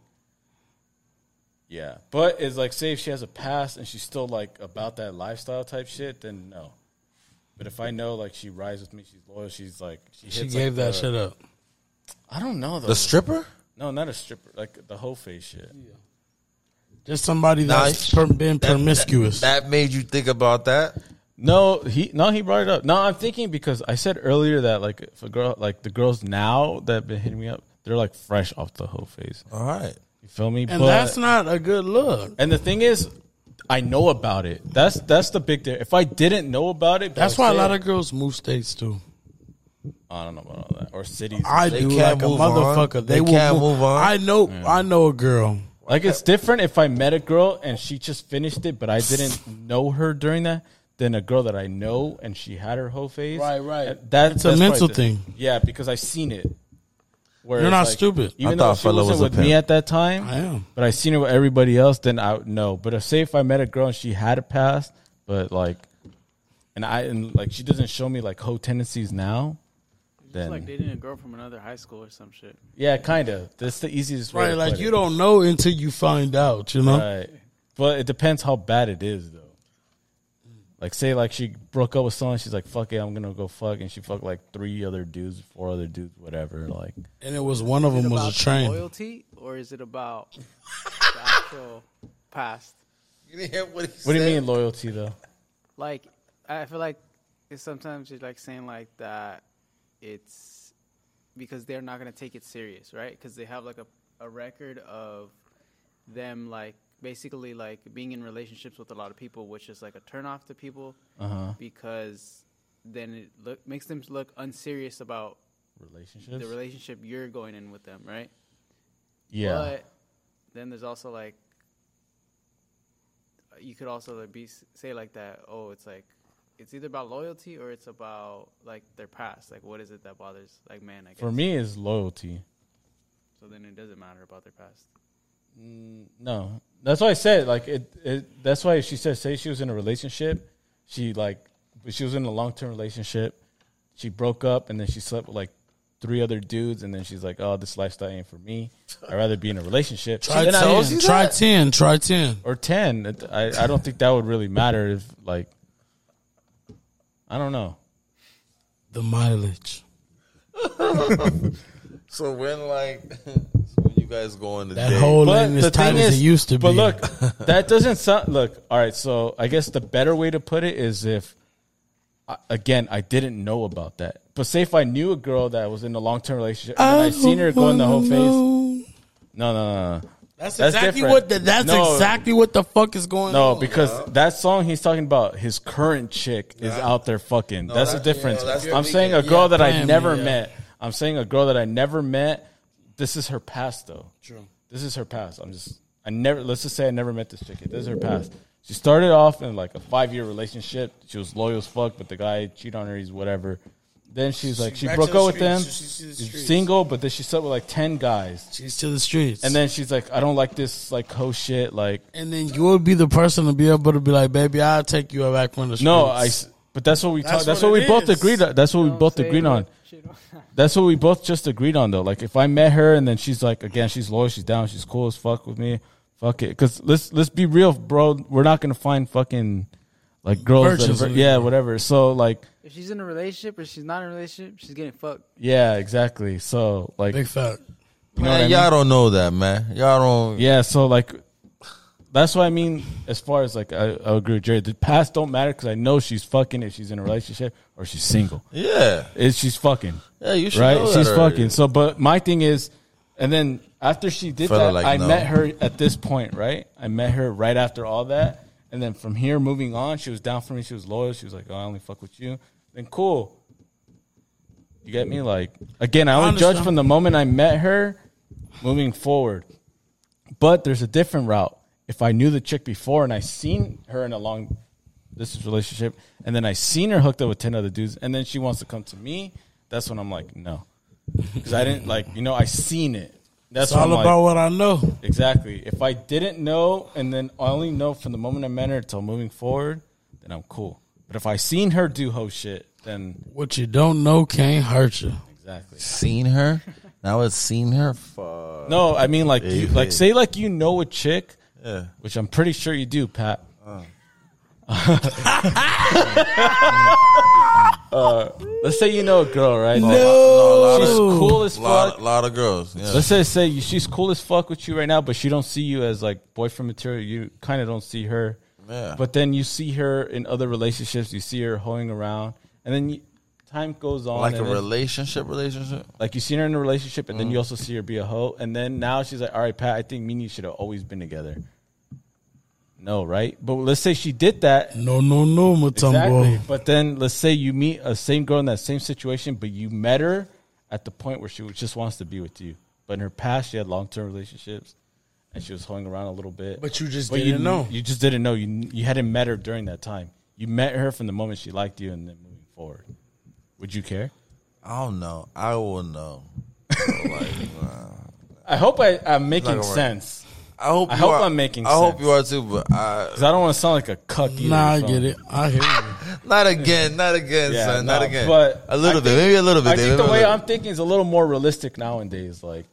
Yeah, but it's like say if she has a past and she's still like about that lifestyle type shit, then no. But But if I know like she rides with me, she's loyal. She's like she, She hits, gave that like, the- shit up. I don't know though. The stripper? no, not a stripper. Like the whole face shit. Just somebody Nah, that's per- been promiscuous. That made you think about that? No, he no he brought it up. No, I'm thinking because I said earlier that like if a girl like the girls now that have been hitting me up, they're like fresh off the whole face. All right. You feel me? and that's not a good look. And the thing is, I know about it. That's that's the big thing. If I didn't know about it, That's but I why a lot did- of girls move states too. I don't know about all that or cities. I They do can't like a move on. motherfucker. They will can't move on. I know. I know a girl. like it's different if I met a girl and she just finished it, but I didn't know her during that. Than a girl that I know and she had her whole face. Right, right. And That, It's a that's mental probably the- thing. Yeah, because I've seen it. Where You're it's not stupid. Even I though thought she fella wasn't was a with me pimp. at that time, I am. But I seen it with everybody else. Then I would know. But if say if I met a girl and she had a past, but like, and I and like she doesn't show me like hoe tendencies now. Then It's like dating a girl from another high school or some shit. yeah, kind of. That's the easiest way. Right, to like put you it. don't know until you find out. You know. Right. But it depends how bad it is though. Like say like she broke up with someone, she's like, fuck it, I'm gonna go fuck and she fucked like three other dudes, four other dudes, whatever. Like And it was one of Is them it was about a train. loyalty or is it about the actual past? You didn't hear what he what do you mean loyalty though? Like, I feel like it's sometimes it's like saying like that it's because they're not gonna take it serious, right? Because they have like a a record of them like basically like being in relationships with a lot of people, which is like a turnoff to people Uh-huh. because then it look, makes them look unserious about Relationships? the relationship you're going in with them, right? yeah. But then there's also like you could also like be s- say like that. Oh, it's like it's either about loyalty or it's about like their past. Like what is it that bothers like man? I guess. For me it's loyalty. so then it doesn't matter about their past. No. That's why I said like it, it that's why she said say she was in a relationship, she like but she was in a long term relationship, she broke up and then she slept with like three other dudes and then she's like, Oh, this lifestyle ain't for me. I'd rather be in a relationship. Try Then I- tells ten. you Try that? ten. Try ten. or 10 It- I, I don't think that would really matter if like i don't know The mileage. So when like so when you guys go on the That date, whole ain't as tight as it used to but be. look that doesn't sound look all right so i guess the better way to put it is if I- again i didn't know about that but say if i knew a girl that was in a long-term relationship and then i seen her go in the whole face no face. no no no That's That's exactly different. what. The, that's No. exactly what the fuck is going no, on. because that song he's talking about, his current chick is out there fucking. that's the that's- yeah, difference. that's the I'm saying a weekend. girl Yeah, that I damn, never yeah. met. I'm saying a girl that I never met. This is her past, though. True. This is her past. I'm just, I never, let's just say I never met this chick. This is her past. She started off in like a five year relationship. She was loyal as fuck, but the guy cheated on her. He's whatever. Then she's like, she back to broke the up with him. streets. She's- she's to the She's streets. single, but then she slept with like 10 guys. She's to the streets, And then she's like, I don't like this, like, hoe shit. Like, and then you would be the person to be able to be like, baby, I'll take you back from the streets. No, I. s- But that's what we That's talk, That's what what, it we both is. agreed. on. That's what we both agreed on. That's what we both just agreed on, though. Like if I met her and then she's like, again, she's loyal, she's down, she's cool as fuck with me. Fuck it, because let's let's be real, bro. We're not gonna find fucking like girls. that Virgins are- anymore. yeah, whatever. So like, If she's in a relationship or she's not in a relationship, she's getting fucked. yeah, exactly. So like, big fact. you know man, what I mean? y'all don't know that, man. Y'all don't. Yeah, so like that's what I mean as far as like I, I agree with Jerry. The past don't matter because I know she's fucking if she's in a relationship or she's single. Yeah, If she's fucking. yeah. You should right? know that She's already. fucking. So, but my thing is, and then after she did Fella that, like, I no. met her at this point, right? I met her right after all that, and then from here moving on, she was down for me. She was loyal. She was like, "Oh, I only fuck with you." Then cool. You get me? Like again, I only judge understand. from the moment I met her, moving forward. But there's a different route. If I knew the chick before and I seen her in a long distance relationship, and then I seen her hooked up with ten other dudes, and then she wants to come to me, that's when I'm like, no, because I didn't like, you know, I seen it. That's It's what all I'm like, about what I know. exactly. If I didn't know, and then I only know from the moment I met her till moving forward, then I'm cool. But if I seen her do ho shit, then What you don't know can't hurt you. exactly. Seen her? Now it's seen her. Fuck. No, I mean like, you, like say like you know a chick, Yeah. which I'm Uh, pretty sure you do, Pat. Let's say you know a girl, right? A lot- no, a lot Oh, She's of- cool as lot, fuck. lot of girls. Yeah. Let's say say you, she's cool as fuck with you right now, but she don't see you as like boyfriend material. You kind of don't see her. Yeah. But then you see her in other relationships. You see her hoeing around, and then you, time goes on. like a and then- relationship, relationship. like you seen her in a relationship, and then Mm. you also see her be a hoe, and then now she's like, "All right, Pat, I think me and you should have always been together." No, right? But let's say she did that, No, no, no, Matumbo. Exactly. But then let's say you meet a same girl in that same situation, but you met her at the point where she was- just wants to be with you. But in her past, she had long term relationships, and she was hoeing around a little bit. But you just didn't you, know. You just didn't know. You you hadn't met her during that time. You met her from the moment she liked you, and then moving forward. Would you care? I don't know. I will know. like, uh, I hope I, I'm making gonna work. sense I hope. I you hope are- I'm making I hope sense. you are too. But I, because I don't want to sound like a cuck. Either, Nah, I so- get it. I hear you. not again. Not again, Yeah, son. not nah, again. but a little I bit. think- maybe a little bit. I think David, the way maybe a I'm thinking is a little more realistic nowadays. Like,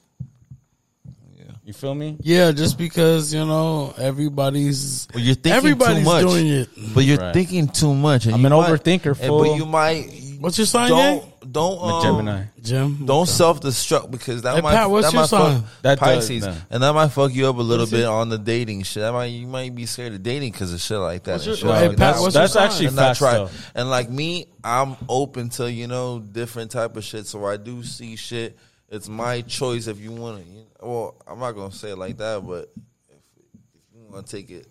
you feel me? Yeah, just because you know everybody's Well, you're thinking everybody's too much. doing it. But you're Right. thinking too much. And I'm you an might- overthinker, and- fool. But you might. What's your sign? Yang? Don't don't I'm a um, Gemini. Jim. Don't self destruct because that Hey, might Pat, what's that your might fuck sign? That does, Pisces nah. and that might fuck you up a little bit on the dating shit. That might you might be scared of dating because of shit like that. What's and your- shit Hey, like Pat, that. what's your That's sign? actually and not facts, try though. and like me, I'm open to you know different type of shit. So I do see shit. It's my choice if you want to. You well, I'm not gonna say it like that, but if, if you want to take it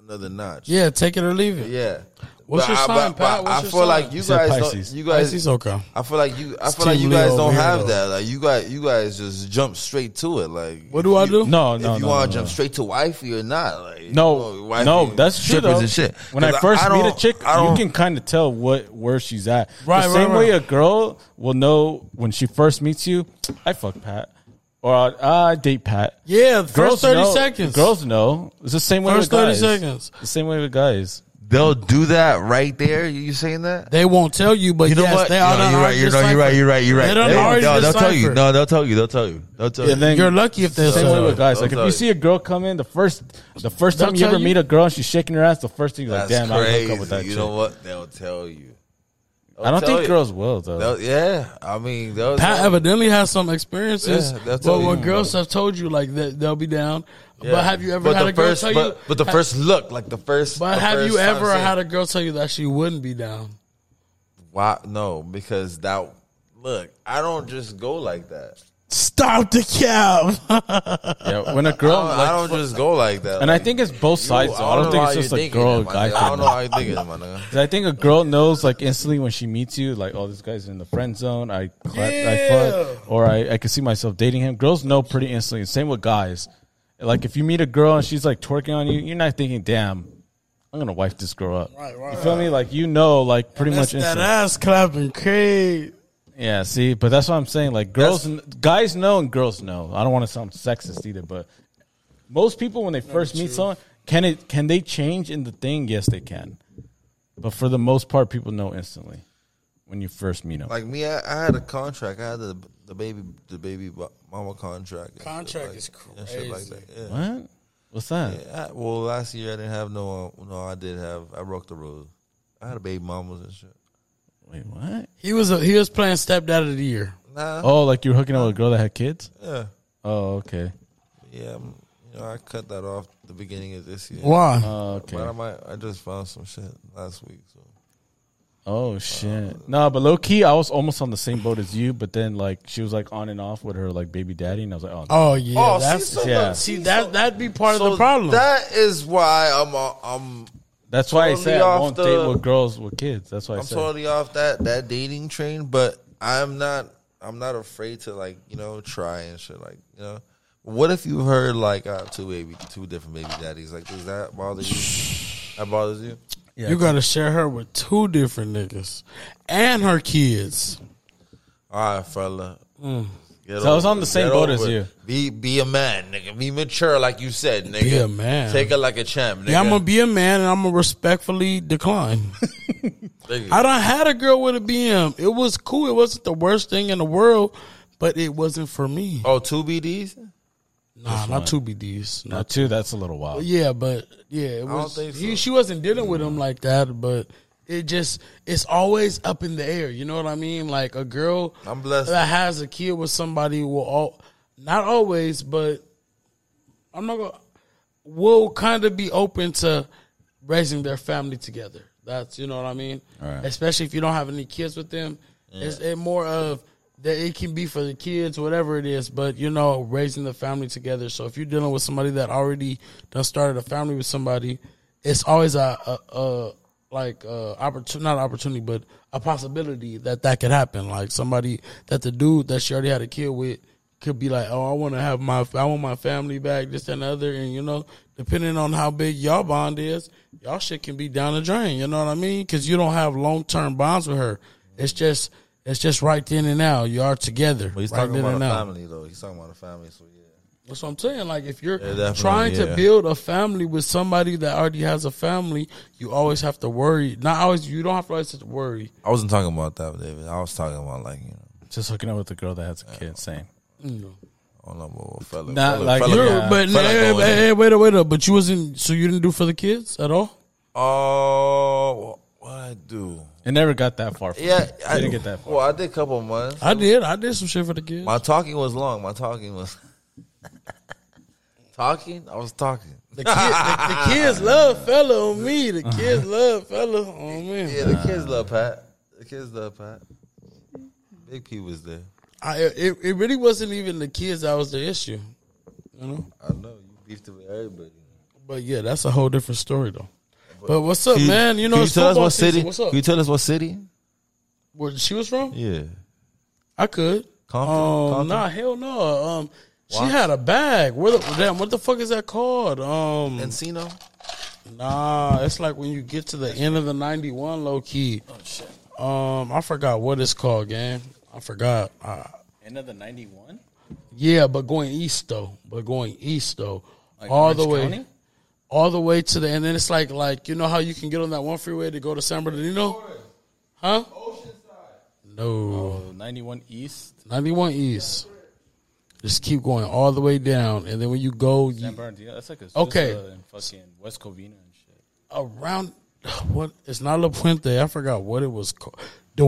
another notch, Yeah, take it or leave it. yeah. What's your I, sign, Pat? I What's your feel sign? like you You said guys, don't, Pisces. you guys, Pisces, okay. I feel like you. I It's feel like Team you guys Leo don't over here, have though. that. Like you guys, you guys just jump straight to it. Like What do I do? No, if no, you no, want no, to jump no. straight to wifey or not? Like you know, No, wifey no, and that's true strippers though. and shit. When I 'Cause first meet a don't- chick, I you don't- can kind of tell what where she's at. Right, the right, same right. way a girl will know when she first meets you. I fuck Pat, or I, I date Pat. Yeah, the first thirty know- seconds. Girls know. It's the same way First with 30 guys. seconds. The same way with guys. They'll do that right there. You saying that? They won't tell you, but You know yes, what? they No, are. you're right. You're, no, you're right. You're right. You're right. They don't They- already no, they'll tell you. decipher. No, they'll tell you. They'll tell you. They'll tell Yeah, you. then You're lucky if they Same way tell with you. guys. Like if They'll you tell see a girl come in, the first the first They'll time you ever tell you. meet a girl and she's shaking her ass, the first thing you're like, That's damn, I'll hook up with that crazy. You chick. know what? They'll tell you. I don't They'll tell think you. girls will though. They'll- Yeah, I mean, they'll Pat tell you. evidently has some experiences. Yeah, they'll but tell what you. girls have told you, like that, they'll be down. Yeah. But have you ever But had the a girl first- tell but- you? But the first look, like the first. But the have you first time ever seeing- had a girl tell you that she wouldn't be down? Why? No, because that. Look, I don't just go like that. Stop the cab. yeah, when a I girl don't, I don't just go like that. And I Like, think it's both sides. you- though. I don't, know think how it's just you're like thinking girl it, my nigga. guy. I thing. don't know how you thinking, my nigga. 'Cause I think a girl knows like instantly when she meets you, like, oh, this guy's in the friend zone. I, clap, I fuck, or I, I could see myself dating him. Girls know pretty instantly. Same with guys. Like if you meet a girl and she's like twerking on you, you're not thinking, damn, I'm gonna wipe this girl up. Right, right, you feel me? Like you know, like pretty That's much that instantly. ass clapping, Craig. Yeah, see, but that's what I'm saying. Like girls, That's- kn- guys know and girls know. I don't want to sound sexist either, but most people when they first meet someone, can it can they change in the thing? Yes, they can. But for the most part, people know instantly when you first meet them. Like me, I, I had a contract. I had the the baby the baby ba- mama contract. and shit Contract like- is and shit like that. Yeah. what? What's that? Yeah, I- well, last year I didn't have no. uh, No, I did have. I broke the rules. I had a baby mamas and shit. Wait, what? He was a, he was playing stepdad of the year. Nah. Oh, like you're hooking up with a girl that had kids? Yeah. Oh, okay. Yeah. I'm- you know, I cut that off the beginning of this year. Why? Oh, okay. But I might. I just found some shit last week. So. Uh, Oh shit! No, but low key, I was almost on the same boat as you. But then, like, she was like on and off with her like baby daddy, and I was like, oh, oh yeah, Oh, that's see, so yeah. look, see that that'd be part so of the problem. That is why I'm. uh, I'm. That's why I Totally said I off won't the- date with girls with kids. That's why I I'm said totally off that that dating train, but I'm not I'm not afraid to like you know try and shit like you know. What if you heard like uh, two baby two different baby daddies? Like does that bother you? That bothers you? you gotta share her with two different niggas and her kids. All right, fella. Get Mm. So I was over on it. the same Get boat over as it. you. Be be a man, nigga. Be mature like you said, nigga. a man. Take it like a champ, nigga. Yeah, I'm gonna be a man and I'm gonna respectfully decline. Nigga. I done had a girl with a BM. It was cool. It wasn't the worst thing in the world, but it wasn't for me. Oh, two BDs? nah, not two BDs. no Not too. That's a little wild. yeah, but yeah, it was, think so. he, she wasn't dealing with him like that. But it just it's always up in the air. You know what I mean? Like a girl I'm blessed. that has a kid with somebody will all not always, but I'm not gonna will kind of be open to raising their family together. That's you know what I mean. Right. Especially if you don't have any kids with them, it's it more of that it can be for the kids, whatever it is. But you know, raising the family together. So if you're dealing with somebody that already done started a family with somebody, it's always a a, a like uh opportunity not opportunity but a possibility that that could happen like somebody that the dude that she already had a kid with could be like, oh, I want to have my, I want my family back, this and the other, and you know, depending on how big y'all bond is, y'all shit can be down the drain. You know what I mean? Because you don't have long term bonds with her. It's just, it's just right then and now. You are together. But he's right talking then about a and now. family though. He's talking about a family, so yeah. That's what I'm saying. Like if you're definitely, trying yeah. to build a family with somebody that already has a family, you always have to worry. Not always. You don't have to always have to worry. I wasn't talking about that, David. I was talking about like you know, Just hooking up with a girl that has a kid. Same. You know. I don't know what what fella. Not fella, like fella, you're- fella, But fella hey, going hey, in. hey, wait up, wait up. But you wasn't. So you didn't do for the kids at all. Oh, what I do? It never got that far. for Yeah, me. I didn't get that far. Well, I did a couple months. I did. I did some shit for the kids. My talking was long. My talking was talking. I was talking. The, kid, the, the kids love fella on me. The kids love fella on me. Yeah, the kids love Pat. The kids love Pat. Big P was there. I, it, it really wasn't even the kids that was the issue, you know. I know you beefed it with everybody. But yeah, that's a whole different story though. But what's up, man? You know, can you it's tell us football what season. city? What's up? Can you tell us what city? Where she was from? Yeah, I could. Compton. Um, Compton? nah, hell no. Um, she had a bag. Where the damn? What the fuck is that called? Um, Encino. Nah, it's like when you get to the end of the ninety one low key. Oh shit. Um, I forgot what it's called, gang. I forgot. I, End of the ninety one. yeah, but going east though. But going east though. all the way all the way to the and then it's like like you know how you can get on that one freeway to go to San Bernardino? Huh? No. Oh, 91 East. Ninety one east. Just keep going all the way down and then when you go you- San Bernardino. That's like a Okay. just, uh, in fucking West Covina and shit. around what it's not La Puente, I forgot what it was called.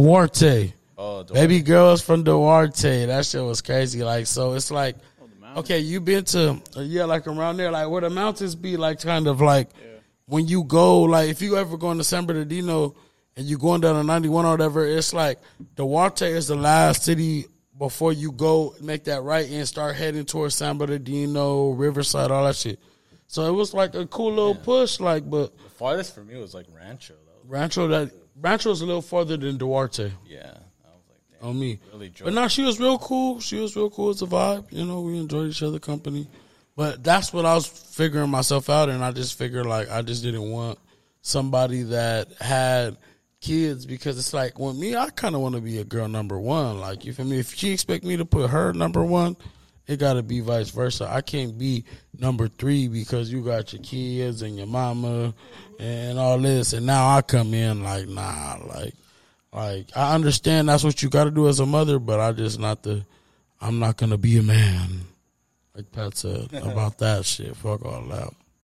Duarte. Oh, the Baby girls from Duarte. That shit was crazy. Like, so it's like, okay, you been to, yeah, like around there, like where the mountains be, like kind of like when you go, like if you ever going to San Bernardino and you going down to 91 or whatever, it's like Duarte is the last city before you go make that right and start heading towards San Bernardino, Riverside, all that shit. So it was like a cool little push, like, but The farthest for me was like Rancho though. Rancho, that Rancho's a little farther than Duarte Yeah, I was like, damn. on me. Really drove. but no, she was real cool. She was real cool. It's a vibe. You know, we enjoyed each other company. But that's what I was figuring myself out, and I just figured like I just didn't want somebody that had kids because it's like with me, I kind of want to be a girl number one. Like you feel me? If she expect me to put her number one, it got to be vice versa. I can't be number three because you got your kids and your mama and all this, and now I come in like nah, like like I understand that's what you got to do as a mother, but I just not the. I'm not gonna be a man, like Pat said about that shit. Fuck all that.